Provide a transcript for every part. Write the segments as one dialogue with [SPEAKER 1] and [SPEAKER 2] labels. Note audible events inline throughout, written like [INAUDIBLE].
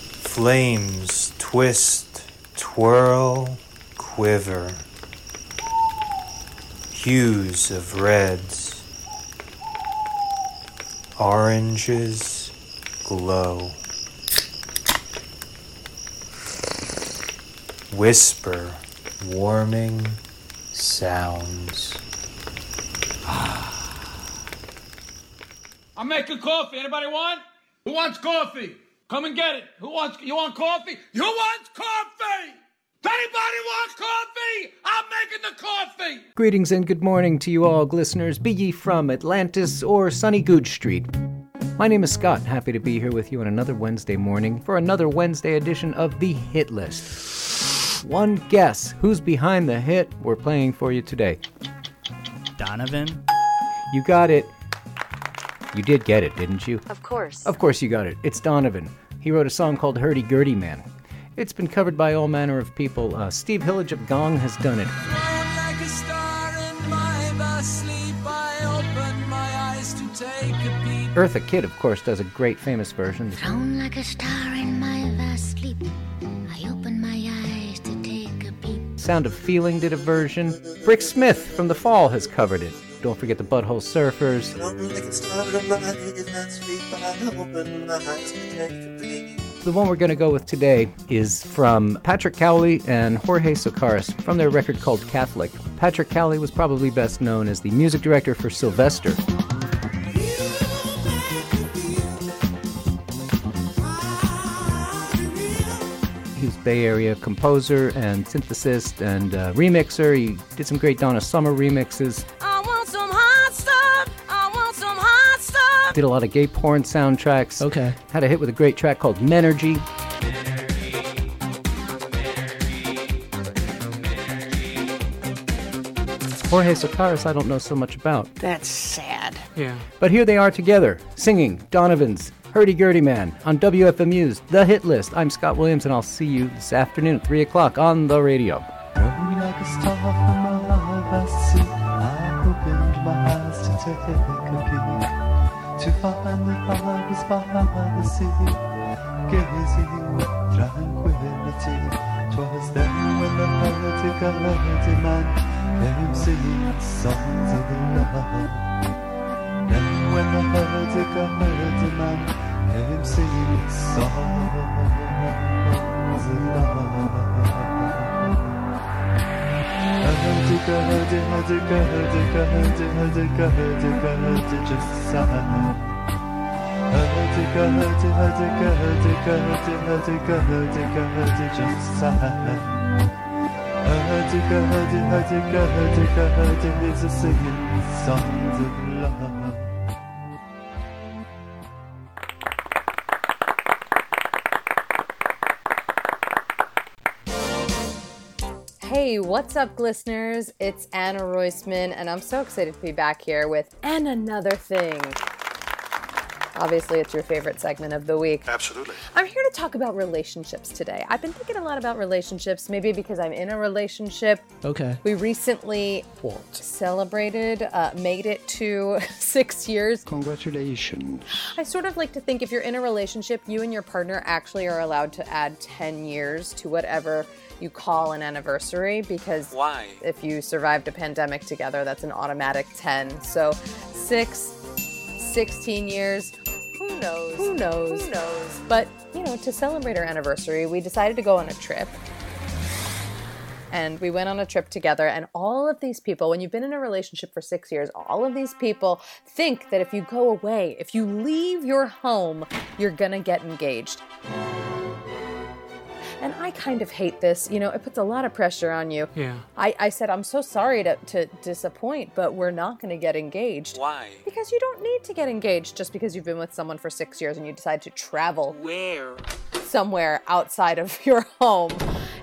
[SPEAKER 1] Flames twist, twirl, quiver. Hues of reds oranges glow. Whisper warming sounds.
[SPEAKER 2] I'm making coffee. Anybody want? Who wants coffee? Come and get it. Who wants? You want coffee? Who wants coffee? Anybody want coffee? I'm making the coffee.
[SPEAKER 3] Greetings and good morning to you all, listeners, be ye from Atlantis or sunny Gooch Street. My name is Scott. Happy to be here with you on another Wednesday morning for another Wednesday edition of the Hit List. One guess who's behind the hit we're playing for you today?
[SPEAKER 4] Donovan?
[SPEAKER 3] You got it. You did get it, didn't you?
[SPEAKER 5] Of course.
[SPEAKER 3] Of course you got it. It's Donovan. He wrote a song called Hurdy Gurdy Man. It's been covered by all manner of people. Uh, Steve Hillage of Gong has done it. Like Eartha Kitt, of course, does a great famous version.
[SPEAKER 6] Thrown like a star in my vast sleep, I open my eyes to take a peep.
[SPEAKER 3] Sound of Feeling did a version. Brick Smith from The Fall has covered it. Don't forget the Butthole Surfers. The one we're going to go with today is from Patrick Cowley and Jorge Socaris from their record called Catholic. Patrick Cowley was probably best known as the music director for Sylvester. He was Bay Area composer and synthesist and uh, remixer. He did some great Donna Summer remixes. did a lot of gay porn soundtracks.
[SPEAKER 4] Okay.
[SPEAKER 3] Had a hit with a great track called Menergy. Jorge Socaris, I don't know so much about.
[SPEAKER 7] That's sad.
[SPEAKER 4] Yeah.
[SPEAKER 3] But here they are together, singing Donovan's Hurdy Gurdy Man on WFMU's The Hit List. I'm Scott Williams, and I'll see you this afternoon at 3 o'clock on the radio. to find that I was by the sea, gazing with tranquility. Twas then when the melody galactic man came singing songs of love. Then when the melody galactic man came singing songs of love. Just sigh.
[SPEAKER 8] Hey, what's up, listeners? It's Anna Roisman, and I'm so excited to be back here with And Another Thing. Obviously, it's your favorite segment of the week.
[SPEAKER 9] Absolutely.
[SPEAKER 8] I'm here to talk about relationships today. I've been thinking a lot about relationships, maybe because I'm in a relationship.
[SPEAKER 4] Okay.
[SPEAKER 8] We recently
[SPEAKER 4] What?
[SPEAKER 8] celebrated, uh, made it to [LAUGHS] six years.
[SPEAKER 4] Congratulations.
[SPEAKER 8] I sort of like to think if you're in a relationship, you and your partner actually are allowed to add 10 years to whatever you call an anniversary because
[SPEAKER 10] why?
[SPEAKER 8] If you survived a pandemic together, that's an automatic 10. So, six 16 years. Who knows? Who knows? Who knows? But, you know, to celebrate our anniversary, we decided to go on a trip. And we went on a trip together, and all of these people, when you've been in a relationship for six years, all of these people think that if you go away, if you leave your home, you're gonna get engaged. And I kind of hate this. You know, it puts a lot of pressure on you. Yeah. I, I said, I'm so sorry to, to disappoint, but we're not going to get engaged. Why? Because you don't need to get engaged just because you've been with someone for six years and you decide to travel. Where? Somewhere outside of [LAUGHS] your home.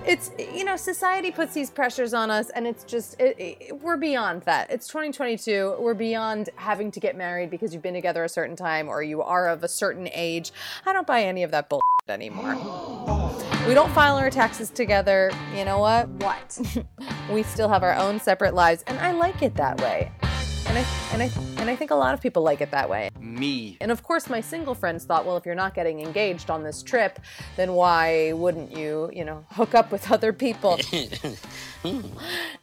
[SPEAKER 8] It's, you know, society puts these pressures on us, and it's just, it, it, we're beyond that. It's 2022. We're beyond having to get married because you've been together a certain time or you are of a certain age. I don't buy any of that bull anymore. We don't file our taxes together. You know what? What? [LAUGHS] we still have our own separate lives, and I like it that way. And I and I and I think a lot of people like it that way. Me. And of course, my single friends thought, well, if you're not getting engaged on this trip, then why wouldn't you, you know, hook up with other people?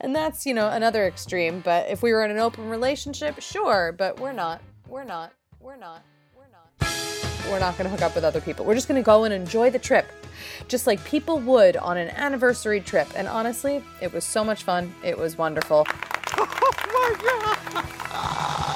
[SPEAKER 8] and that's, you know, another extreme. But if we were in an open relationship, sure. But we're not. We're not. We're not. We're not. We're not going to hook up with other people. We're just going to go and enjoy the trip just like people would on an anniversary trip. And honestly, it was so much fun. It was wonderful.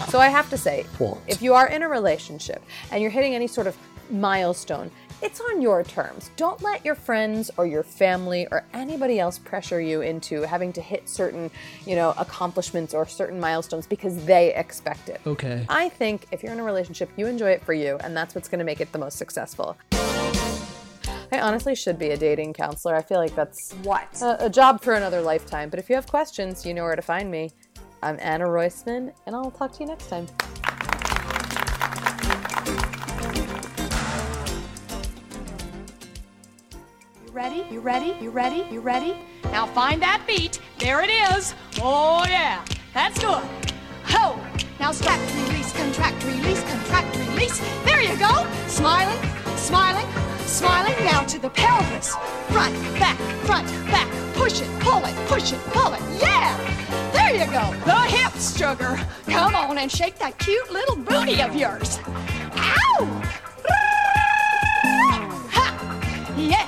[SPEAKER 8] So I have to say, if you are in a relationship and you're hitting any sort of milestone, it's on your terms. Don't let your friends or your family or anybody else pressure you into having to hit certain, you know, accomplishments or certain milestones because they expect it.
[SPEAKER 5] Okay.
[SPEAKER 8] I think if you're in a relationship, you enjoy it for you, and that's what's going to make it the most successful. I honestly should be a dating counselor. I feel like that's what a, a job for another lifetime. But if you have questions, you know where to find me. I'm Anna Roisman, and I'll talk to you next time.
[SPEAKER 7] You ready? You ready? You ready? You ready? Now find that beat. There it is. Oh yeah, that's good. Ho! Now stretch, release, contract, release, contract, release. There you go. Smiling, smiling, smiling. Now to the pelvis. Front, back, front, back. Push it, pull it, push it, pull it. Yeah! There you go. The hips, sugar. Come on and shake that cute little booty of yours. Ow! Ha! Yeah.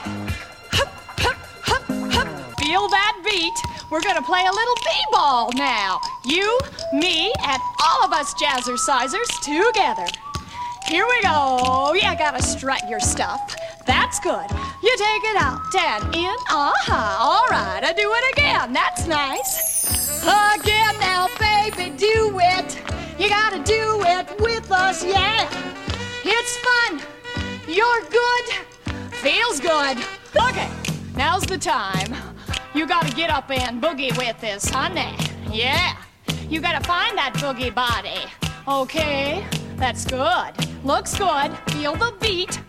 [SPEAKER 7] Hup, hup, hup, hup. Feel that beat. We're gonna play a little b-ball now. You, me, and all of us jazzercisers together. Here we go. Oh, Yeah, gotta strut your stuff. That's good. You take it out, and in. Aha. All right, I do it again. That's nice. Again now, baby, do it. You gotta do it with us, yeah. It's fun. You're good. Feels good. Okay, now's the time. You gotta get up and boogie with this, honey. Yeah. You gotta find that boogie body. Okay, that's good. Looks good. Feel the beat.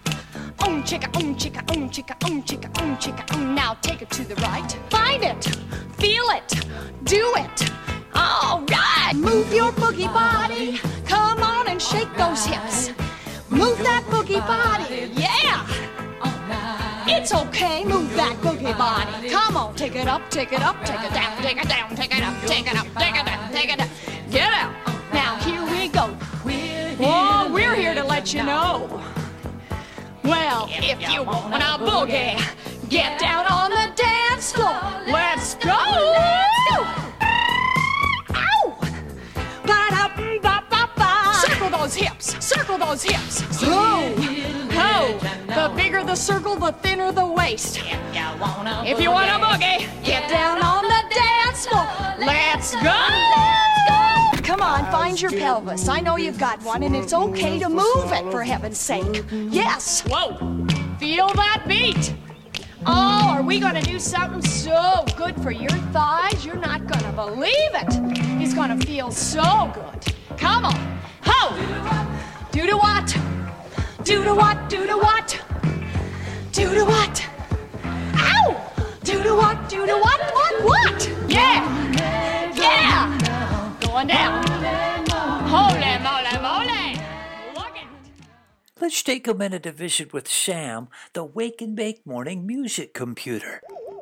[SPEAKER 7] Om chicka, om chicka, om chicka, om chicka, om chicka, om. Now take it to the right. Find it. Feel it. Do it. All right. Move your boogie body. Come on and shake those hips. Move that boogie body. Yeah. It's okay, move that boogie body. Come on, take it up, take it up, take it down, take it down, take it up, take it up, take it down, take it down. Get out. Now, here we go. Oh, we're here to let you know. Well, if you want a boogie, get down on the dance floor. Let's go. Ow! Ba-da-ba-ba-ba. Circle those hips. Circle those hips. Oh, oh. The bigger the circle, the thinner the waist. If you want a boogie, get down on the dance floor. Let's go. Come on, find your pelvis. I know you've got one, and it's okay to move it, for heaven's sake. Yes. Whoa. Feel that beat. Oh, are we going to do something so good for your thighs? You're not going to believe it. It's going to feel so good. Come on. Ho. Do to what? Do to what? Do to what? Do to what? Ow! Do to what? Do to what? What? What? Yeah! Yeah! Going down. Holy moly moly! Look at
[SPEAKER 11] Let's take a minute to visit with Sam, the Wake and Bake Morning Music Computer.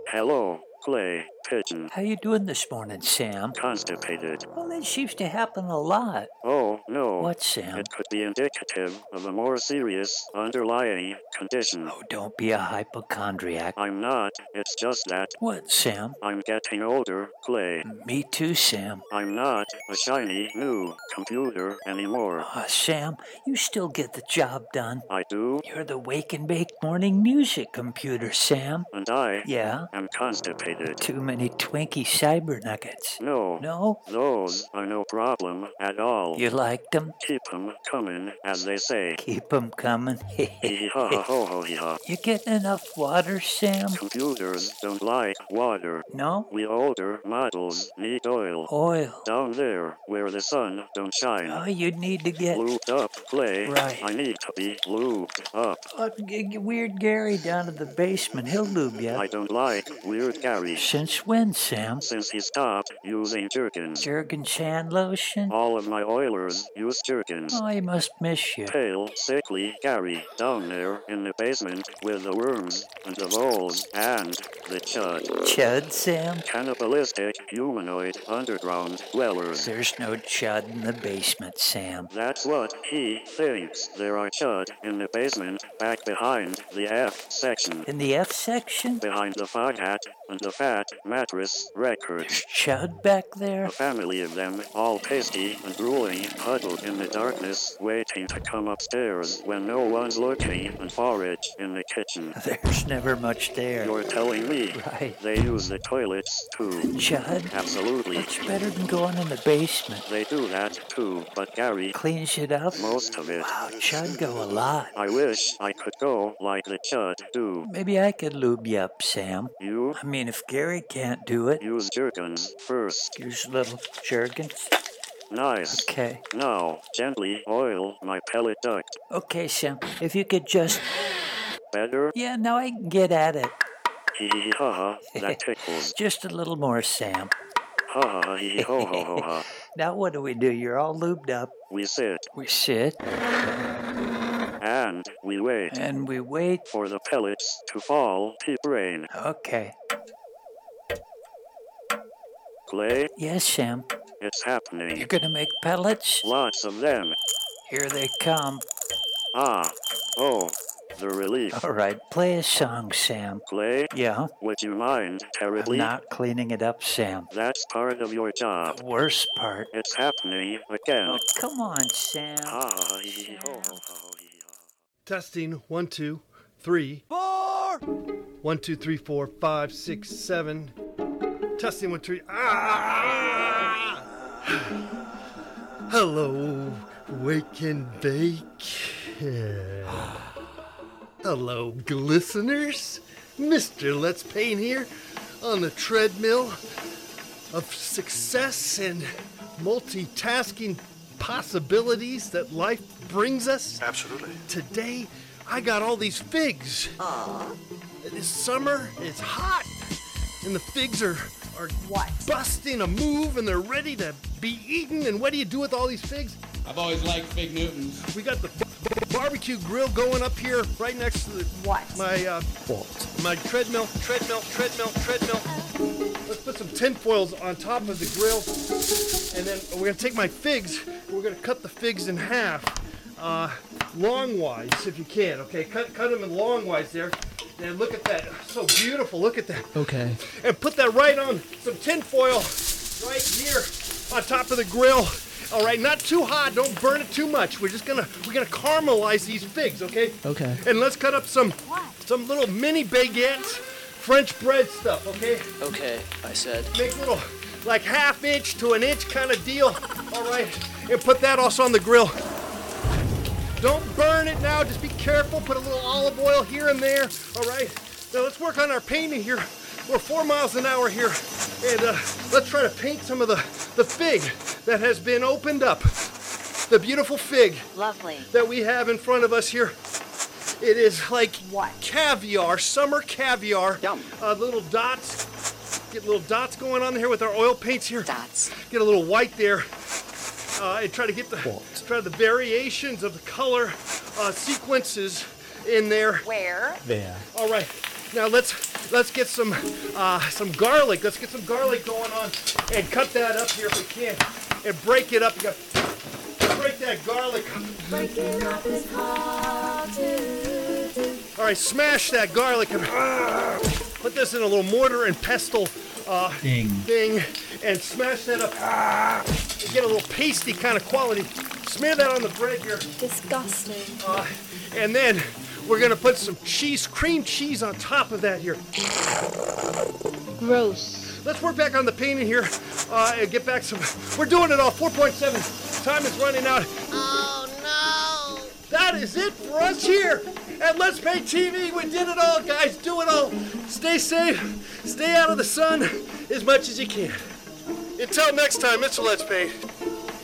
[SPEAKER 9] Hello, clay, pigeon,
[SPEAKER 11] How you doing this morning, Sam?
[SPEAKER 9] constipated.
[SPEAKER 11] Well, that seems to happen a lot.
[SPEAKER 9] Oh, No.
[SPEAKER 11] What, Sam?
[SPEAKER 9] It could be indicative of a more serious underlying condition. Oh,
[SPEAKER 11] don't be a hypochondriac.
[SPEAKER 9] I'm not. It's just that.
[SPEAKER 11] What, Sam?
[SPEAKER 9] I'm getting older, Clay.
[SPEAKER 11] Me too, Sam.
[SPEAKER 9] I'm not a shiny new computer anymore.
[SPEAKER 11] Uh, Sam, you still get the job done.
[SPEAKER 9] I do,
[SPEAKER 11] You're the wake and bake morning music computer, Sam.
[SPEAKER 9] and I
[SPEAKER 11] Yeah?
[SPEAKER 9] am constipated.
[SPEAKER 11] Too many Twinkie cyber nuggets.
[SPEAKER 9] No.
[SPEAKER 11] No?
[SPEAKER 9] Those are no problem at all.
[SPEAKER 11] You liked them?
[SPEAKER 9] Keep 'em coming, as they say.
[SPEAKER 11] Keep 'em coming. [LAUGHS]
[SPEAKER 9] Hee ha ha ho ho hee ha.
[SPEAKER 11] you getting enough water, Sam?
[SPEAKER 9] Computers don't like water.
[SPEAKER 11] No?
[SPEAKER 9] We older models need oil.
[SPEAKER 11] Oil.
[SPEAKER 9] Down there, where the sun don't shine.
[SPEAKER 11] Oh, you'd need to get
[SPEAKER 9] Lubed up, Clay.
[SPEAKER 11] Right.
[SPEAKER 9] I need to be lubed up.
[SPEAKER 11] Uh, g- g- Weird Gary down to the basement. He'll lube you.
[SPEAKER 9] I don't like weird Gary
[SPEAKER 11] Since when, Sam?
[SPEAKER 9] since he stopped using jerkins.
[SPEAKER 11] Jergen Chan lotion?
[SPEAKER 9] All of my oilers use jerkins.
[SPEAKER 11] Oh, I must miss you.
[SPEAKER 9] Pale, sickly Gary down there in the basement with the worms and the voles and the chud.
[SPEAKER 11] Chud, Sam?
[SPEAKER 9] Cannibalistic humanoid underground dwellers.
[SPEAKER 11] There's no chud in the basement, Sam.
[SPEAKER 9] That's what he thinks. There are chud in the basement back behind the F section.
[SPEAKER 11] In the F section?
[SPEAKER 9] Behind the fog hat and the fat mattress record.
[SPEAKER 11] There's chud back there?
[SPEAKER 9] A family of them, all pasty and drooling, huddled in the darkness, waiting to come upstairs when no one's looking and forage in the kitchen.
[SPEAKER 11] [LAUGHS] There's never much there.
[SPEAKER 9] You're telling me
[SPEAKER 11] Right.
[SPEAKER 9] they use the toilets too?
[SPEAKER 11] Chud?
[SPEAKER 9] Absolutely.
[SPEAKER 11] It's better than going in the basement.
[SPEAKER 9] They do that too, but Gary,
[SPEAKER 11] Cleans it up.
[SPEAKER 9] most of it.
[SPEAKER 11] Wow, chud go a lot.
[SPEAKER 9] I wish I could go like the chud do.
[SPEAKER 11] Maybe I could lube you up, Sam.
[SPEAKER 9] You
[SPEAKER 11] I mean, if Gary can't do it,
[SPEAKER 9] use jerkins first.
[SPEAKER 11] here's a little jerkin.
[SPEAKER 9] Nice.
[SPEAKER 11] Okay.
[SPEAKER 9] Now, gently oil my pellet duct.
[SPEAKER 11] Okay, Sam. If you could just.
[SPEAKER 9] Better?
[SPEAKER 11] Yeah, now I can get at it.
[SPEAKER 9] Hee hee ha ha.
[SPEAKER 11] [LAUGHS]
[SPEAKER 9] That tickles.
[SPEAKER 11] Just a little more, Sam.
[SPEAKER 9] Ha ha ha hee ho ho ho ha.
[SPEAKER 11] Now what do we do? You're all lubed up.
[SPEAKER 9] We sit
[SPEAKER 11] We sit
[SPEAKER 9] and we wait
[SPEAKER 11] and we wait.
[SPEAKER 9] for the pellets to fall to brain.
[SPEAKER 11] Okay.
[SPEAKER 9] Clay,
[SPEAKER 11] Yes, Sam.
[SPEAKER 9] it's
[SPEAKER 11] You're
[SPEAKER 9] happening.
[SPEAKER 11] gonna make pellets?
[SPEAKER 9] Lots of them.
[SPEAKER 11] Here they come.
[SPEAKER 9] Ah, oh, the relief.
[SPEAKER 11] All right, play a song, Sam.
[SPEAKER 9] Clay,
[SPEAKER 11] Yeah.
[SPEAKER 9] would you mind
[SPEAKER 11] I'm
[SPEAKER 9] terribly?
[SPEAKER 11] not cleaning it up, Sam.
[SPEAKER 9] That's part of your job.
[SPEAKER 11] The worst part.
[SPEAKER 9] It's happening again. Ah,
[SPEAKER 11] Oh, come on, Sam.
[SPEAKER 9] Ha ha hee hee ho ho ho hee ha.
[SPEAKER 5] Testing one, two, three. Four! One, two, three, four, five, six, seven. Testing one, three. Ah! [SIGHS] Hello, Wake and Bake. [SIGHS] Hello, glisteners. Mr. Let's Paint here on the treadmill of success and multitasking possibilities that life brings us.
[SPEAKER 10] Absolutely.
[SPEAKER 5] Today, I got all these figs. It's summer, it's hot, and the figs are are busting a move, and they're ready to be eaten. And what do you do with all these figs?
[SPEAKER 2] I've always liked Fig Newtons.
[SPEAKER 5] We got the b- b- barbecue grill going up here, right next to the, what? My uh, my treadmill, treadmill, treadmill, treadmill. Let's put some tin foils on top of the grill, and then we're gonna take my figs. and We're gonna cut the figs in half, uh, longwise, if you can. Okay, cut cut them in longwise there. And look at that, so beautiful. Look at that.
[SPEAKER 10] Okay.
[SPEAKER 5] And put that right on some tin foil, right here on top of the grill. All right, not too hot. Don't burn it too much. We're just gonna we're gonna caramelize these figs, okay?
[SPEAKER 10] Okay.
[SPEAKER 5] And let's cut up some some little mini baguettes, French bread stuff, okay?
[SPEAKER 12] Okay, I said.
[SPEAKER 5] Make little like half inch to an inch kind of deal. All right, and put that also on the grill. Don't burn it now. Just be careful. Put a little olive oil here and there. All right. Now let's work on our painting here. We're four miles an hour here, and uh, let's try to paint some of the the fig that has been opened up. The beautiful fig
[SPEAKER 13] Lovely.
[SPEAKER 5] that we have in front of us here. It is like caviar, summer caviar. Yum. Uh, little dots. Get little dots going on here with our oil paints here. Dots. Get a little white there. Uh, and try to get the try the variations of the color uh, sequences in there. Where?
[SPEAKER 10] There.
[SPEAKER 5] All right. Now let's let's get some uh, some garlic. Let's get some garlic going on and cut that up here if we can and break it up. You got break that garlic. All right, smash that garlic. And, put this in a little mortar and pestle uh,
[SPEAKER 14] Thing.
[SPEAKER 5] thing and smash that up. Ah, You get a little pasty kind of quality. Smear that on the bread here. Disgusting. Uh, and then we're gonna put some cheese, cream cheese on top of that here. Gross. Let's work back on the painting here uh, and get back some. We're doing it all. 4.7. Time is running out. Oh no! That is it for us here at Let's Paint TV. We did it all, guys. Do it all. Stay safe. Stay out of the sun as much as you can. Until next time, it's Let's Paint.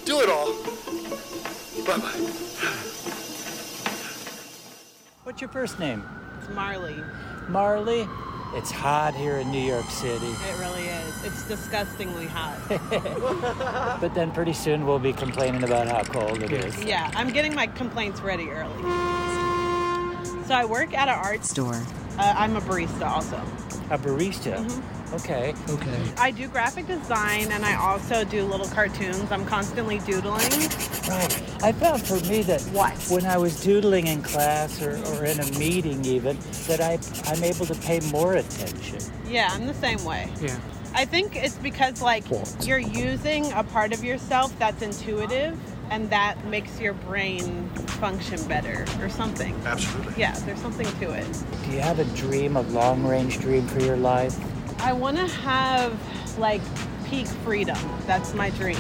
[SPEAKER 5] Do it all. Bye bye.
[SPEAKER 15] What's your first name?
[SPEAKER 12] It's Marley.
[SPEAKER 15] Marley. It's hot here in New York City,
[SPEAKER 12] It really is. It's
[SPEAKER 15] [LAUGHS]
[SPEAKER 12] disgustingly hot.
[SPEAKER 15] but then pretty soon we'll be complaining about how cold it is.
[SPEAKER 12] yeah, I'm getting my complaints ready early. So I work at an art store.
[SPEAKER 15] Store.
[SPEAKER 12] Uh, I'm a barista also.
[SPEAKER 15] A barista. Okay. Okay.
[SPEAKER 12] I do graphic design and I also do little cartoons. I'm constantly doodling.
[SPEAKER 15] Right. I found for me that when I was doodling in class or, or in a meeting even, that I I'm able to pay more attention.
[SPEAKER 12] Yeah, I'm the same way.
[SPEAKER 15] Yeah.
[SPEAKER 12] I think it's because like
[SPEAKER 15] What?
[SPEAKER 12] you're using a part of yourself that's intuitive and that makes your brain function better or something.
[SPEAKER 5] Absolutely.
[SPEAKER 12] Yeah, there's something to it.
[SPEAKER 15] Do you have a dream, a long range dream for your life?
[SPEAKER 12] I want to have like peak freedom. That's my dream.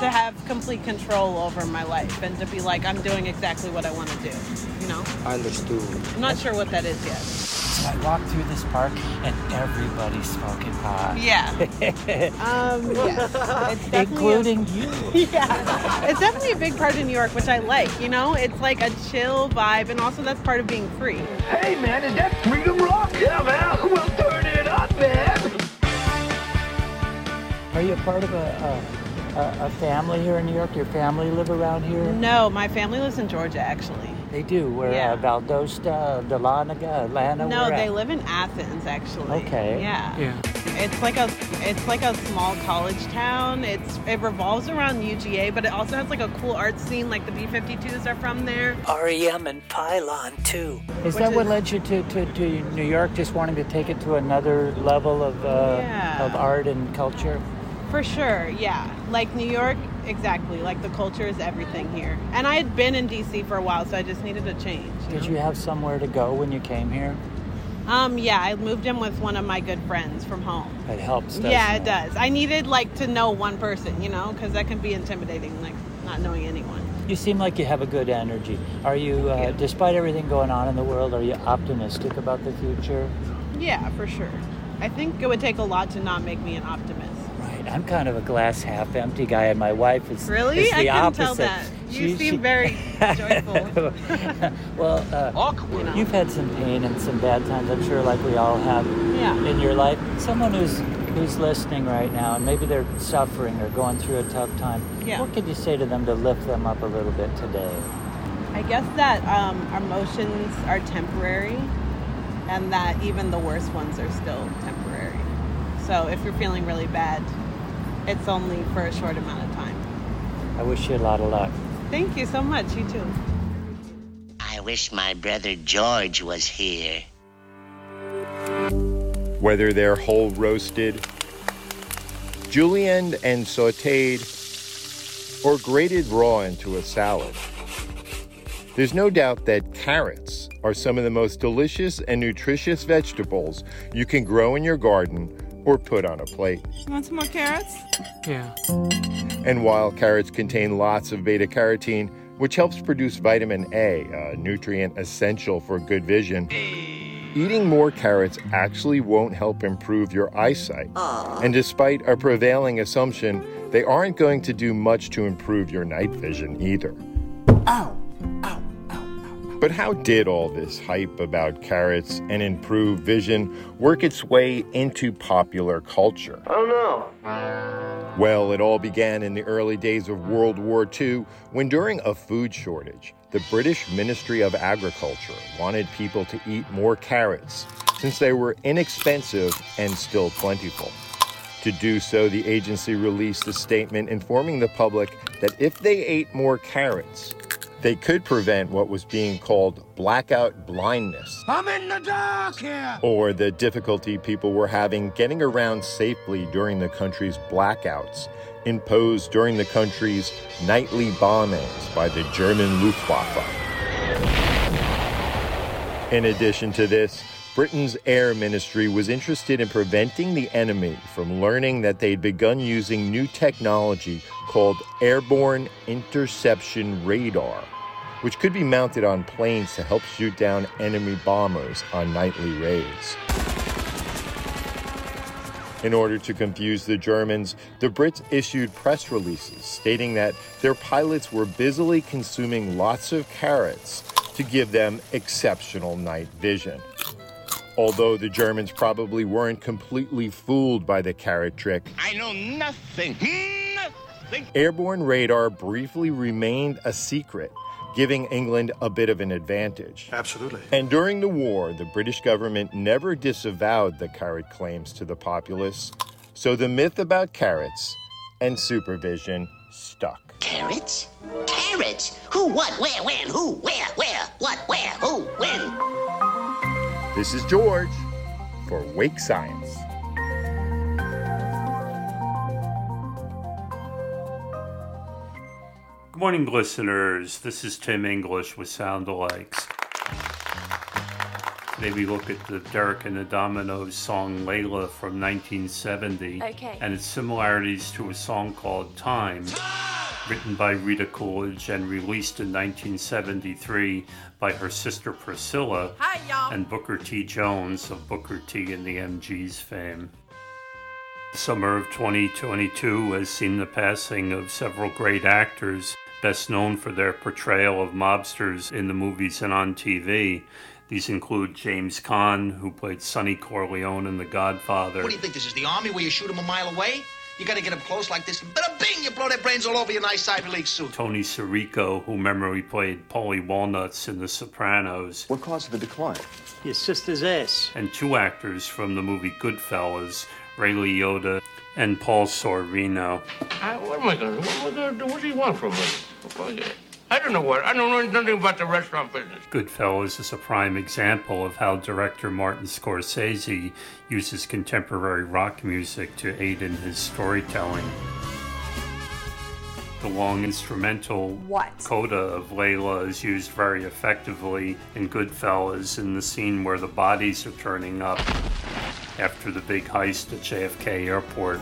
[SPEAKER 12] To have complete control over my life and to be like I'm doing exactly what I want to do, you know?
[SPEAKER 15] I understood.
[SPEAKER 12] I'm not sure what that is yet.
[SPEAKER 15] So I walked through this park and everybody's smoking pot. [LAUGHS]
[SPEAKER 12] Yeah. Um, yeah. It's definitely a-
[SPEAKER 15] Including you.
[SPEAKER 12] yeah, it's definitely a big part of New York, which I like. You know, it's like a chill vibe, and also that's part of being free. Hey, man, is that freedom rock? Yeah, man. We'll turn it up, man.
[SPEAKER 15] Are you a part of a, a, a, a family here in New York? Your family live around here?
[SPEAKER 12] No, my family lives in Georgia, actually.
[SPEAKER 15] They do. We're uh, Valdosta, Dahlonega, Atlanta.
[SPEAKER 12] no,
[SPEAKER 15] where
[SPEAKER 12] they
[SPEAKER 15] at?
[SPEAKER 12] live in Athens, actually.
[SPEAKER 15] Okay.
[SPEAKER 12] Yeah. It's like a it's like a small college town. It's it revolves around UGA, but it also has like a cool art scene. Like the B52s are from there.
[SPEAKER 15] REM and Pylon too. Is
[SPEAKER 12] Which
[SPEAKER 15] that what
[SPEAKER 12] is-
[SPEAKER 15] led you to, to, to New York, just wanting to take it to another level of, uh,
[SPEAKER 12] Yeah.
[SPEAKER 15] of art and culture?
[SPEAKER 12] For sure, yeah. Like New York, exactly. Like the culture is everything here. And I had been in DC for a while, so I just needed a change.
[SPEAKER 15] Did you have somewhere to go when you came here?
[SPEAKER 12] Um, yeah, I moved in with one of my good friends from home.
[SPEAKER 15] It helps, doesn't
[SPEAKER 12] yeah, it does. I needed like to know one person, you know, because that can be intimidating, like not knowing anyone.
[SPEAKER 15] You seem like you have a good energy. Are you, uh, despite everything going on in the world, are you optimistic about the future?
[SPEAKER 12] Yeah, for sure. I think it would take a lot to not make me an optimist.
[SPEAKER 15] Right. I'm kind of a glass half empty guy, and my wife is
[SPEAKER 12] Really?
[SPEAKER 15] is
[SPEAKER 12] I
[SPEAKER 15] the
[SPEAKER 12] couldn't
[SPEAKER 15] opposite.
[SPEAKER 12] tell that. You
[SPEAKER 15] She-
[SPEAKER 12] seem
[SPEAKER 15] she- [LAUGHS]
[SPEAKER 12] very joyful.
[SPEAKER 15] well, uh,
[SPEAKER 12] Awkward.
[SPEAKER 15] You've had some pain and some bad times, I'm sure, like we all have
[SPEAKER 12] Yeah.
[SPEAKER 15] in your life. Someone who's who's listening right now, and maybe they're suffering or going through a tough time.
[SPEAKER 12] Yeah.
[SPEAKER 15] What could you say to them to lift them up a little bit today?
[SPEAKER 12] I guess that um, emotions are temporary and that even the worst ones are still temporary. So if you're feeling really bad, it's only for a short amount of time.
[SPEAKER 15] I wish you a lot of luck.
[SPEAKER 12] Thank you so much. You too.
[SPEAKER 11] I wish my brother George was here.
[SPEAKER 16] whether they're whole roasted, julienned and sauteed, or grated raw into a salad. There's no doubt that carrots are some of the most delicious and nutritious vegetables you can grow in your garden or put on a plate.
[SPEAKER 17] You want some more carrots? Yeah.
[SPEAKER 16] And while carrots contain lots of beta carotene, which helps produce vitamin A, a nutrient essential for good vision, eating more carrots actually won't help improve your eyesight. And despite a prevailing assumption, they aren't going to do much to improve your night vision either. But how did all this hype about carrots and improved vision work its way into popular culture?
[SPEAKER 18] I don't know.
[SPEAKER 16] Well, it all began in the early days of World War II when, during a food shortage, the British Ministry of Agriculture wanted people to eat more carrots since they were inexpensive and still plentiful. To do so, the agency released a statement informing the public that if they ate more carrots, they could prevent what was being called blackout blindness,
[SPEAKER 2] I'm in the dark here.
[SPEAKER 16] or the difficulty people were having getting around safely during the country's blackouts imposed during the country's nightly bombings by the German Luftwaffe. In addition to this, Britain's Air Ministry was interested in preventing the enemy from learning that they'd begun using new technology called airborne interception radar, which could be mounted on planes to help shoot down enemy bombers on nightly raids. In order to confuse the Germans, the Brits issued press releases stating that their pilots were busily consuming lots of carrots to give them exceptional night vision. Although the Germans probably weren't completely fooled by the carrot trick,
[SPEAKER 2] I know nothing. Nothing.
[SPEAKER 16] airborne radar briefly remained a secret, giving England a bit of an advantage.
[SPEAKER 5] Absolutely.
[SPEAKER 16] And during the war, the British government never disavowed the carrot claims to the populace. So the myth about carrots and supervision stuck.
[SPEAKER 13] Carrots? Carrots? Who, what, where, when, who, where, where, what, where, who, when?
[SPEAKER 16] This is George for Wake Science.
[SPEAKER 10] Good morning, listeners. This is Tim English with Sound Alikes. Today we look at the Derek and the Dominoes song Layla from 1970
[SPEAKER 19] Okay.
[SPEAKER 10] and its similarities to a song called Time, written by Rita Coolidge and released in 1973 by her sister Priscilla
[SPEAKER 19] Hi, y'all.
[SPEAKER 10] and Booker T. Jones of Booker T. and the MG's fame. The summer of 2022 has seen the passing of several great actors, best known for their portrayal of mobsters in the movies and on TV. These include James Caan, who played Sonny Corleone in The Godfather.
[SPEAKER 20] What do you think this is? The army where you shoot them a mile away? You gotta get them close like this, and bada bing, you blow their brains all over your nice Ivy League suit.
[SPEAKER 10] Tony Sirico, who memory played Polly Walnuts in The Sopranos. What caused the decline? His sister's ass. And two actors from the movie Goodfellas, Ray Liotta and Paul Sorvino.
[SPEAKER 2] I, what am I gonna? What, what, gonna do? what do you want from me? Oh, I don't know what. I don't know nothing about the restaurant business.
[SPEAKER 10] Goodfellas is a prime example of how director Martin Scorsese uses contemporary rock music to aid in his storytelling. The long instrumental coda of Layla is used very effectively in Goodfellas in the scene where the bodies are turning up after the big heist at JFK Airport.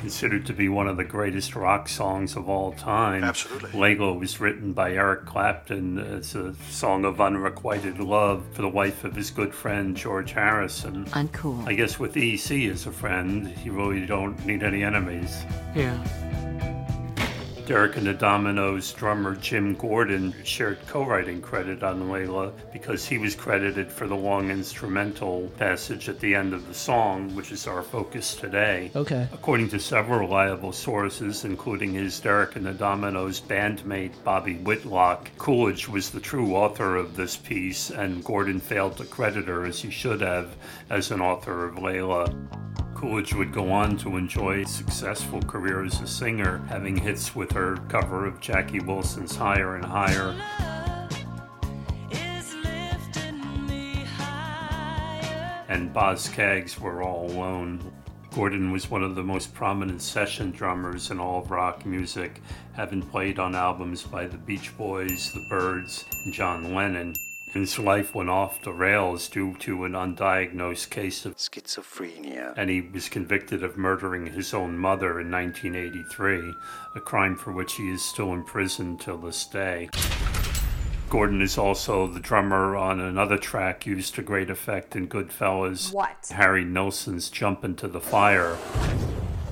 [SPEAKER 10] Considered to be one of the greatest rock songs of all time. Absolutely. Layla was written by Eric Clapton. It's a song of unrequited love for the wife of his good friend George Harrison.
[SPEAKER 21] Uncool.
[SPEAKER 10] I guess with EC as a friend, you really don't need any enemies.
[SPEAKER 22] Yeah.
[SPEAKER 10] Derek and the Dominoes drummer Jim Gordon shared co writing credit on Layla because he was credited for the long instrumental passage at the end of the song, which is our focus today.
[SPEAKER 23] Okay.
[SPEAKER 10] According to several reliable sources, including his Derek and the Dominoes bandmate Bobby Whitlock, Coolidge was the true author of this piece, and Gordon failed to credit her as he should have as an author of Layla. Coolidge would go on to enjoy a successful career as a singer, having hits with her cover of Jackie Wilson's Higher and Higher. And Boz Kaggs were all alone. Gordon was one of the most prominent session drummers in all of rock music, having played on albums by the Beach Boys, the Byrds, and John Lennon. His life went off the rails due to an undiagnosed case of schizophrenia, and he was convicted of murdering his own mother in 1983, a crime for which he is still in prison till this day. Gordon is also the drummer on another track used to great effect in Goodfellas.
[SPEAKER 2] What?
[SPEAKER 10] Harry Nilsson's Jump Into the Fire.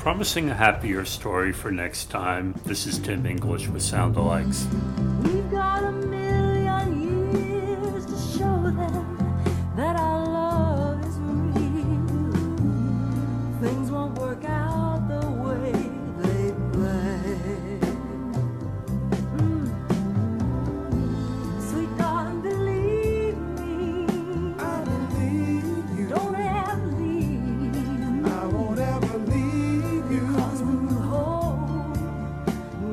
[SPEAKER 10] Promising a happier story for next time. This is Tim English with Sound Alikes.
[SPEAKER 18] We've got a million years to show them that our love is real. Things won't work out the way they planned. Mm. Sweet darling, believe me. I believe you. Don't ever leave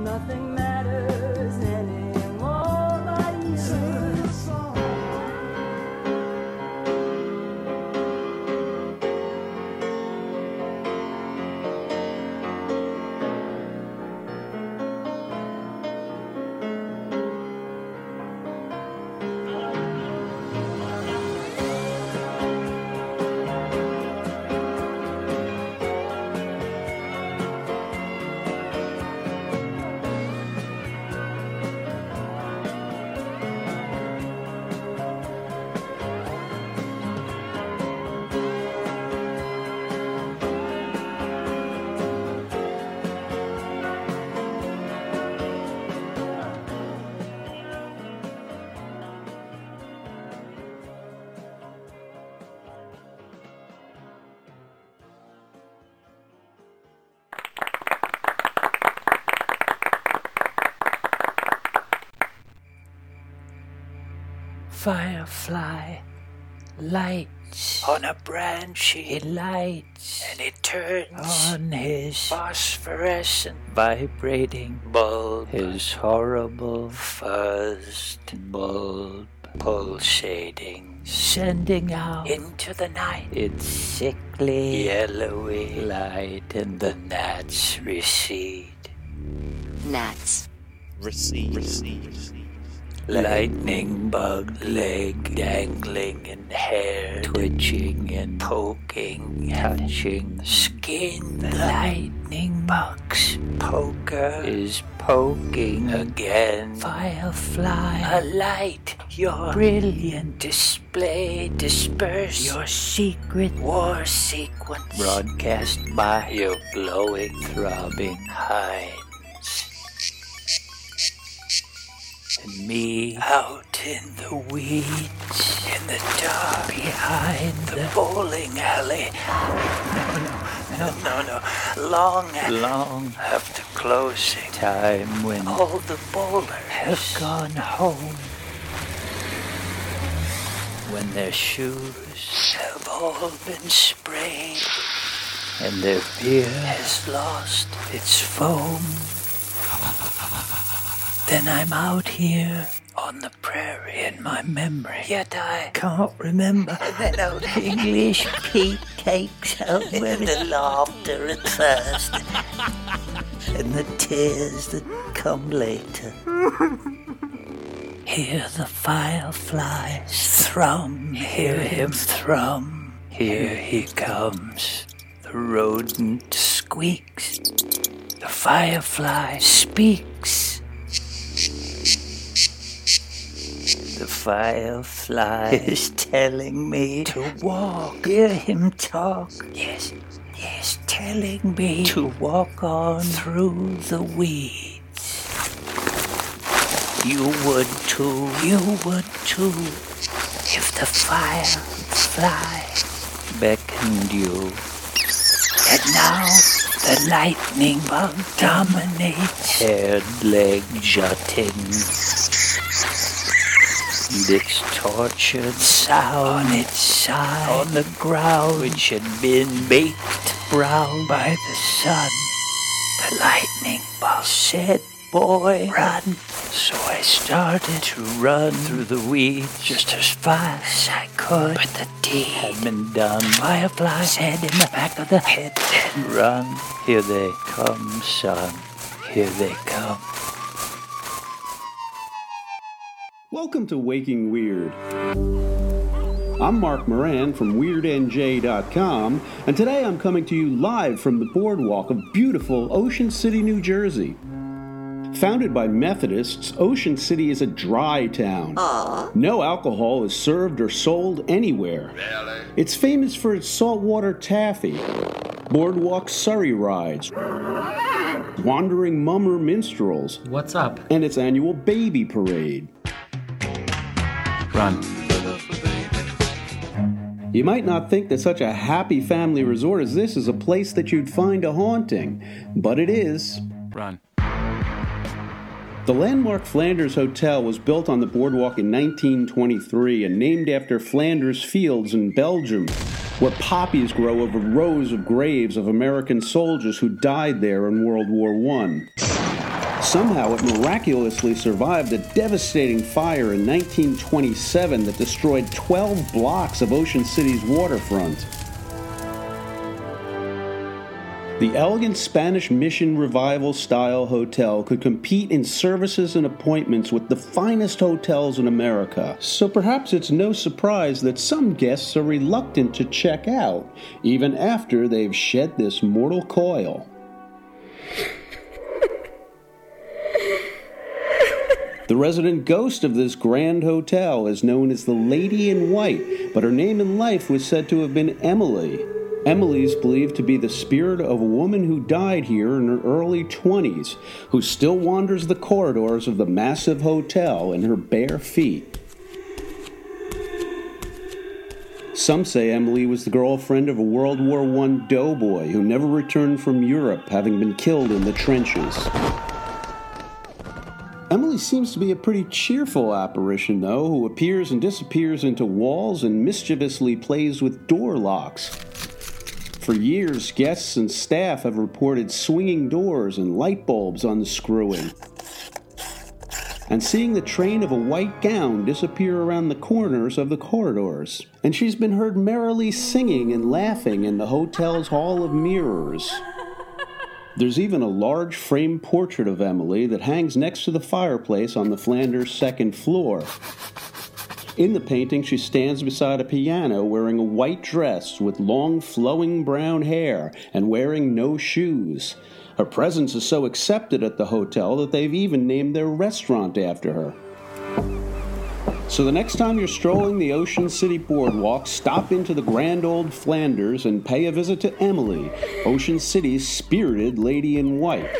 [SPEAKER 18] nothing matters anymore but you.
[SPEAKER 11] Firefly lights on a branch. It lights and it turns on his phosphorescent vibrating bulb. His horrible fuzzed bulb pulsating, sending out into the night its sickly yellowy light, and the gnats recede.
[SPEAKER 13] Nuts.
[SPEAKER 11] Recede. Lightning bug leg dangling and hair twitching and poking, touching skin. The lightning bug's poker is poking again. Firefly, a light, your brilliant display disperse your secret war sequence broadcast by your glowing, throbbing hide. and me out in the weeds, in the dark, behind the bowling alley. No, no, no, no, no. Long, long after closing time, when all the bowlers have gone home, when their shoes have all been sprained, and their beer has lost its foam. Then I'm out here on the prairie in my memory. Yet I can't remember that old [LAUGHS] English Pete takes [LAUGHS] over and the laughter at first, and the tears that come later. Hear the fireflies thrum, hear him thrum. Here he comes. The rodent squeaks. The firefly speaks. The firefly is telling me to walk. Oh, Hear him talk. Yes, yes, telling me to walk on through the weeds. You would too, you would too, if the firefly beckoned you. And now the lightning bug dominates. Haired leg jutting its tortured sound on its side on the ground which had been baked brown by the sun. The lightning bug said, Boy, run. So I started to run through the weeds just as fast as I could. But the deed had been done. Fireflies head in the back of the head and run. Here they come, son. Here they come.
[SPEAKER 19] Welcome to Waking Weird. I'm Mark Moran from WeirdNJ.com, and today I'm coming to you live from the boardwalk of beautiful Ocean City, New Jersey. Founded by Methodists, Ocean City is a dry town. No alcohol is served or sold anywhere. It's famous for its saltwater taffy, boardwalk Surrey rides, wandering mummer minstrels. What's up? And its annual baby parade. Run. You might not think that such a happy family resort as this is a place that you'd find a haunting, but it is. Run. The landmark Flanders Hotel was built on the boardwalk in 1923 and named after Flanders Fields in Belgium, where poppies grow over rows of graves of American soldiers who died there in World War I. Somehow it miraculously survived a devastating fire in 1927 that destroyed 12 blocks of Ocean City's waterfront. The elegant Spanish Mission Revival style hotel could compete in services and appointments with the finest hotels in America, so perhaps it's no surprise that some guests are reluctant to check out, even after they've shed this mortal coil. The resident ghost of this grand hotel is known as the Lady in White, but her name in life was said to have been Emily. Emily is believed to be the spirit of a woman who died here in her early 20s, who still wanders the corridors of the massive hotel in her bare feet. Some say Emily was the girlfriend of a World War I doughboy who never returned from Europe, having been killed in the trenches. Emily seems to be a pretty cheerful apparition, though, who appears and disappears into walls and mischievously plays with door locks. For years, guests and staff have reported swinging doors and light bulbs unscrewing. And seeing the train of a white gown disappear around the corners of the corridors. And she's been heard merrily singing and laughing in the hotel's hall of mirrors. There's even a large framed portrait of Emily that hangs next to the fireplace on the Flanders second floor. In the painting, she stands beside a piano wearing a white dress with long flowing brown hair and wearing no shoes. Her presence is so accepted at the hotel that they've even named their restaurant after her. So the next time you're strolling the Ocean City Boardwalk, stop into the Grand Old Flanders and pay a visit to Emily, Ocean City's spirited lady in white.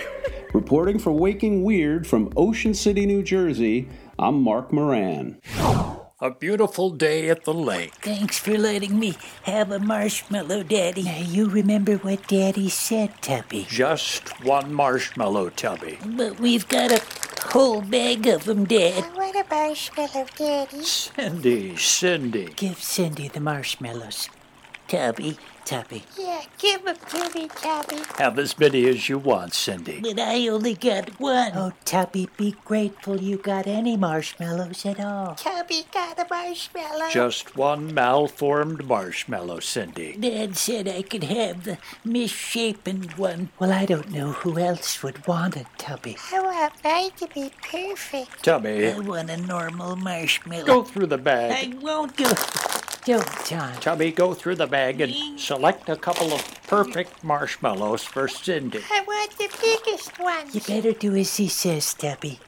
[SPEAKER 19] Reporting for Waking Weird from Ocean City, New Jersey, I'm Mark Moran.
[SPEAKER 21] A beautiful day at the lake.
[SPEAKER 11] Thanks for letting me have a marshmallow, Daddy. Now, you remember what Daddy said, Tuppy.
[SPEAKER 21] Just one marshmallow tubby.
[SPEAKER 11] But we've got a whole bag of them, Dad.
[SPEAKER 23] Oh, What a marshmallow, Daddy.
[SPEAKER 21] Cindy, Cindy.
[SPEAKER 11] Give Cindy the marshmallows. Tubby, Tubby.
[SPEAKER 23] Yeah, give him to me, Tubby.
[SPEAKER 21] Have as many as you want, Cindy.
[SPEAKER 11] But I only got one. Oh, Tubby, be grateful you got any marshmallows at all.
[SPEAKER 23] Tubby got a marshmallow.
[SPEAKER 21] Just one malformed marshmallow, Cindy.
[SPEAKER 11] Dad said I could have the misshapen one. Well, I don't know who else would want it, Tubby.
[SPEAKER 23] I want mine to be perfect.
[SPEAKER 11] I
[SPEAKER 21] Tubby,
[SPEAKER 11] want a normal marshmallow.
[SPEAKER 21] go through the bag.
[SPEAKER 11] I won't go. Don't, John.
[SPEAKER 21] Tubby, go through the bag and select a couple of perfect marshmallows for Cindy.
[SPEAKER 23] I want the biggest one.
[SPEAKER 11] You better do as he says, Tubby.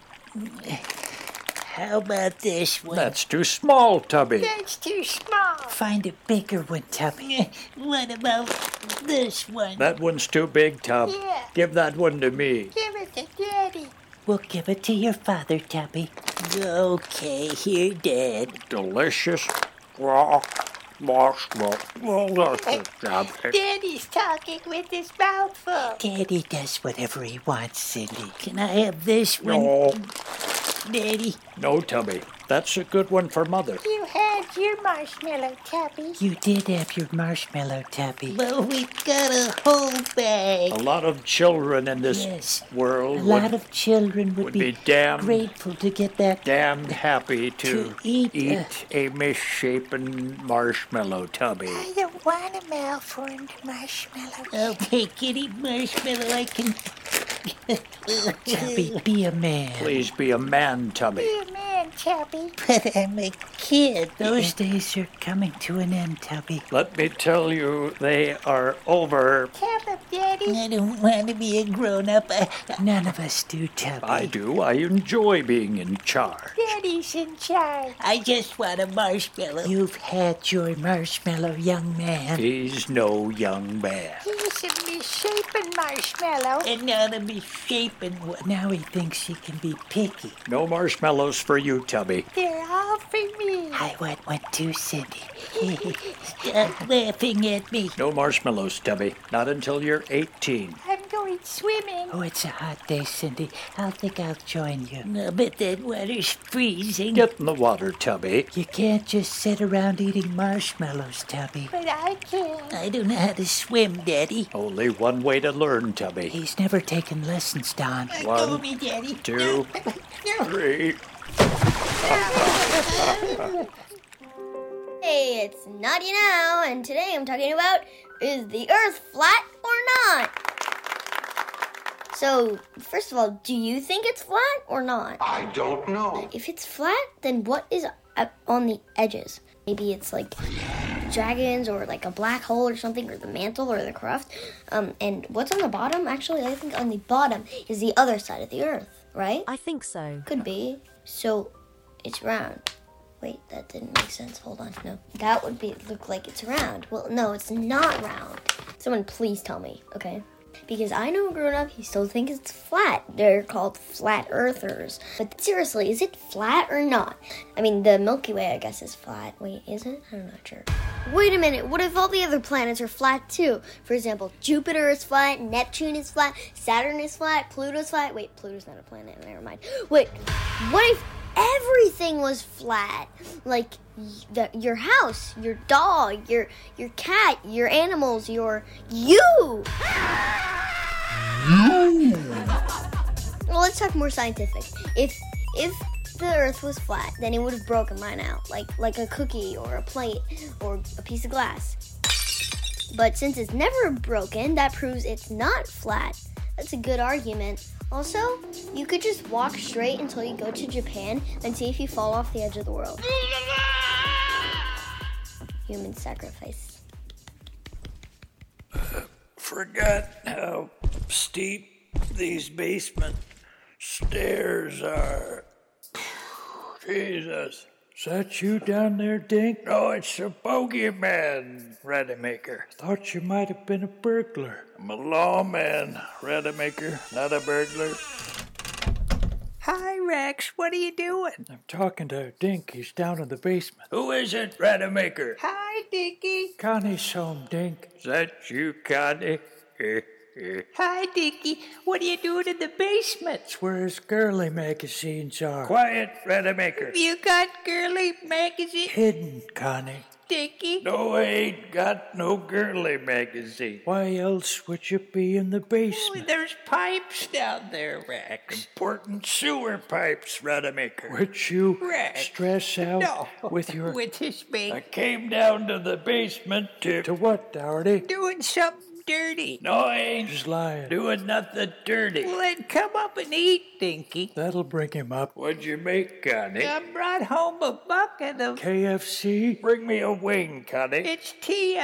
[SPEAKER 11] How about this one?
[SPEAKER 21] That's too small, Tubby.
[SPEAKER 23] That's too small.
[SPEAKER 11] Find a bigger one, Tubby. What about this one?
[SPEAKER 21] That one's too big, Tub.
[SPEAKER 23] Yeah.
[SPEAKER 21] Give that one to me.
[SPEAKER 23] Give it to Daddy.
[SPEAKER 11] We'll give it to your father, Tubby. Okay, here, Dad.
[SPEAKER 21] Delicious raw marshmallow. Well, that's it, Tubby.
[SPEAKER 23] Daddy's talking with his mouth full.
[SPEAKER 11] Daddy does whatever he wants, Cindy. Can I have this one,
[SPEAKER 21] No,
[SPEAKER 11] Daddy?
[SPEAKER 21] no, Tubby. That's a good one for Mother.
[SPEAKER 23] You had your marshmallow, Tubby.
[SPEAKER 11] You did have your marshmallow, Tubby.
[SPEAKER 23] Well, we got a whole bag.
[SPEAKER 21] A lot of children in this
[SPEAKER 11] Yes.
[SPEAKER 21] world
[SPEAKER 11] A
[SPEAKER 21] would,
[SPEAKER 11] lot of children would,
[SPEAKER 21] would be damned,
[SPEAKER 11] grateful to get that.
[SPEAKER 21] damned happy
[SPEAKER 11] to
[SPEAKER 21] to,
[SPEAKER 11] eat, uh,
[SPEAKER 21] a misshapen marshmallow, Tubby.
[SPEAKER 23] I don't want a malformed marshmallow.
[SPEAKER 11] Okay, kitty marshmallow, I can. [LAUGHS] Tubby, be a man.
[SPEAKER 21] Please be a man, Tubby.
[SPEAKER 23] Be a man, Tubby.
[SPEAKER 11] But I'm a kid.
[SPEAKER 23] [LAUGHS]
[SPEAKER 11] Those days are coming to an end, Tubby.
[SPEAKER 21] Let me tell you, they are over.
[SPEAKER 23] Tell him, Daddy.
[SPEAKER 11] I don't want to be a grown up. None of us do, Tubby.
[SPEAKER 21] I do. I enjoy being in charge.
[SPEAKER 23] Daddy's in charge.
[SPEAKER 11] I just want a marshmallow. You've had your marshmallow, young man.
[SPEAKER 21] He's no young man.
[SPEAKER 23] He's a misshapen marshmallow.
[SPEAKER 11] And now to be shaping one. Now he thinks he can be picky.
[SPEAKER 21] No marshmallows for you, Tubby.
[SPEAKER 23] They're all for me.
[SPEAKER 11] I want one too, Cindy. Stop laughing at me.
[SPEAKER 21] No marshmallows, Tubby. Not until you're 18.
[SPEAKER 23] [LAUGHS] I'm
[SPEAKER 21] going swimming.
[SPEAKER 11] Oh, it's a hot day, Cindy. I think I'll join you.
[SPEAKER 24] No, but that water's freezing. Get in the water, Tubby.
[SPEAKER 11] You can't just sit around eating marshmallows, Tubby.
[SPEAKER 21] But I can.
[SPEAKER 24] I don't know how to swim, Daddy. Only one way to learn, Tubby.
[SPEAKER 11] He's never taken lessons, Don.
[SPEAKER 24] One,
[SPEAKER 11] [LAUGHS]
[SPEAKER 24] two, three.
[SPEAKER 25] Hey, it's Naughty Now, and today I'm talking about is the Earth flat or not? So, first of all, do you think it's flat or not?
[SPEAKER 15] I don't know.
[SPEAKER 25] If it's flat, then what is up on the edges? Maybe it's like dragons or like a black hole or something, or the mantle or the crust. Um, and what's on the bottom? Actually, I think on the bottom is the other side of the Earth, right?
[SPEAKER 23] I think so.
[SPEAKER 25] Could be. So, it's round. Wait, that didn't make sense. Hold on. No. That would be look like it's round. Well, no, it's not round. Someone please tell me, okay? Because I know a grown up he still thinks it's flat. They're called flat earthers. But seriously, is it flat or not? I mean, the Milky Way, I guess, is flat. Wait, is it? I'm not sure. Wait a minute, what if all the other planets are flat too? For example, Jupiter is flat, Neptune is flat, Saturn is flat, Pluto's flat. Wait, Pluto's not a planet, never mind. Wait, what if everything was flat like y- the, your house your dog your your cat your animals your you well let's talk more scientific if if the earth was flat then it would have broken by now like like a cookie or a plate or a piece of glass but since it's never broken that proves it's not flat that's a good argument also, you could just walk straight until you go to Japan and see if you fall off the edge of the world. Human sacrifice.
[SPEAKER 24] Forgot how steep these basement stairs are. Jesus. Is that you down there, Dink? No, it's a bogeyman, Rademacher. Thought you might have been a burglar. I'm a lawman, Rademacher, not a burglar.
[SPEAKER 23] Hi, Rex. What are you doing?
[SPEAKER 24] I'm talking to Dink. He's down in the basement. Who is it, Rademacher?
[SPEAKER 23] Hi, Dickie.
[SPEAKER 24] Connie's home, Dink. Is that you, [LAUGHS] Connie?
[SPEAKER 23] Hi, Dickie. What are you doing in the basement?
[SPEAKER 24] It's where his girly magazines are. Quiet, Rademacher.
[SPEAKER 23] You got girly magazine?
[SPEAKER 24] Hidden, Connie.
[SPEAKER 23] Dickie?
[SPEAKER 24] No, I ain't got no girly magazine. Why else would you be in the
[SPEAKER 23] Ooh,
[SPEAKER 24] basement?
[SPEAKER 23] There's pipes down there, Rex.
[SPEAKER 24] Important sewer pipes, Rademacher. Which you
[SPEAKER 23] Rex.
[SPEAKER 24] stress out
[SPEAKER 23] No.
[SPEAKER 24] with your.
[SPEAKER 23] [LAUGHS] With his
[SPEAKER 24] I
[SPEAKER 23] mate.
[SPEAKER 24] came down to the basement to. To what, Dougherty?
[SPEAKER 23] Doing something dirty.
[SPEAKER 24] No, I ain't He's lying. doing nothing dirty.
[SPEAKER 23] Well, then come up and eat, Dinky.
[SPEAKER 24] That'll bring him up. What'd you make, Connie?
[SPEAKER 23] I brought home a bucket of.
[SPEAKER 24] KFC? Bring me a wing, Connie.
[SPEAKER 23] It's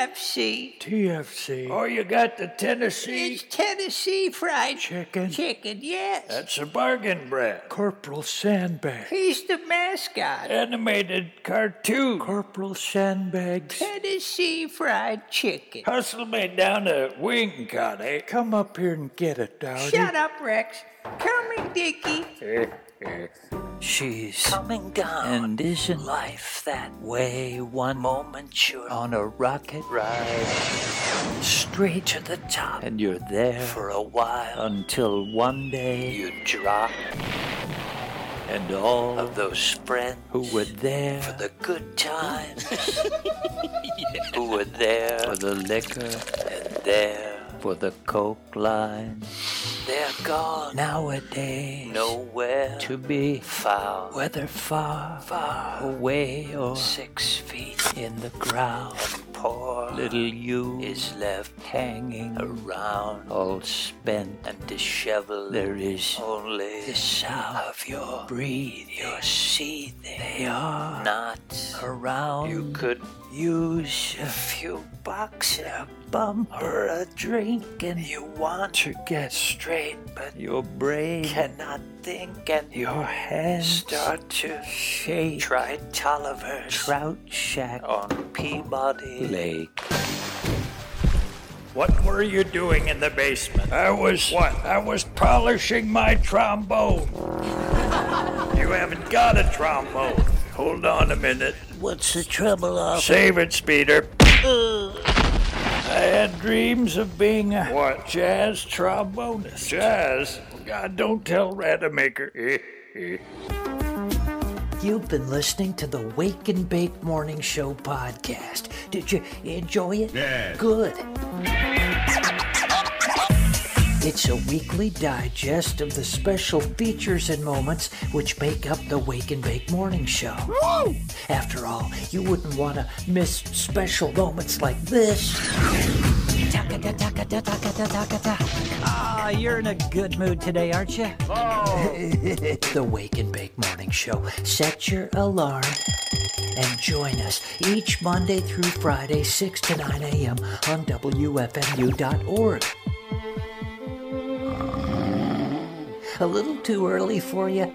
[SPEAKER 23] TFC.
[SPEAKER 24] TFC. Oh, you got the Tennessee?
[SPEAKER 23] It's Tennessee fried
[SPEAKER 24] Chicken.
[SPEAKER 23] Chicken, yes.
[SPEAKER 24] That's a bargain brand. Corporal Sandbag.
[SPEAKER 23] He's the mascot.
[SPEAKER 24] Animated cartoon. Corporal Sandbags.
[SPEAKER 23] Tennessee fried chicken.
[SPEAKER 24] Hustle me down a wing, Connie. Come up here and get it, Dowdy.
[SPEAKER 23] Shut up, Rex. Come here, Dickie.
[SPEAKER 11] She's coming down. And isn't life that way? One moment you're on a rocket ride straight to the top, and you're there for a while until one day you drop. And all of those friends who were there for the good times, who were there for the liquor, and there for the coke line, they're gone nowadays. Nowhere to be found, whether far, far away or six feet in the ground. And poor little you is left hanging around, all spent and disheveled. There is only the sound of your breathing, your seething. They are not around. You could use a few bucks, a bump, or a drink, and you want to get straight, but your brain cannot think, and your hands start to shake. Try Tolliver Trout Shack on Peabody Lake.
[SPEAKER 24] [LAUGHS] What were you doing in the basement? I was what? I was polishing my trombone. [LAUGHS] you haven't got a trombone. Hold on a minute.
[SPEAKER 11] What's the trouble,
[SPEAKER 24] Save it, Speeder.
[SPEAKER 21] I had dreams of being a what? jazz trombonist. Jazz? God, don't tell Rademacher.
[SPEAKER 24] [LAUGHS]
[SPEAKER 11] You've been listening to the Wake and Bake Morning Show podcast. Did you enjoy it?
[SPEAKER 1] Yes.
[SPEAKER 11] Good. It's a weekly digest of the special features and moments which make up the Wake and Bake Morning Show. After all, you wouldn't want to miss special moments like this. Ah, you're in a good mood today, aren't you? [LAUGHS] the Wake and Bake Morning Show. Set your alarm and join us each Monday through Friday, 6 to 9 a.m. on WFMU.org. A little too early for you?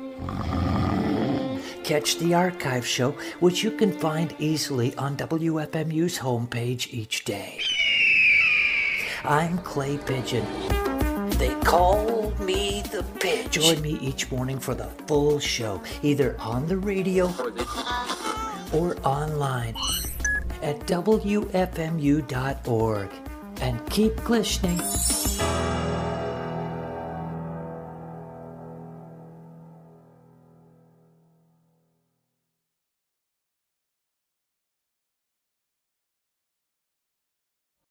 [SPEAKER 11] Catch the archive show, which you can find easily on WFMU's homepage each day. I'm Clay Pigeon. They call me the Pigeon. Join me each morning for the full show, either on the radio or online at WFMU.org. And keep listening.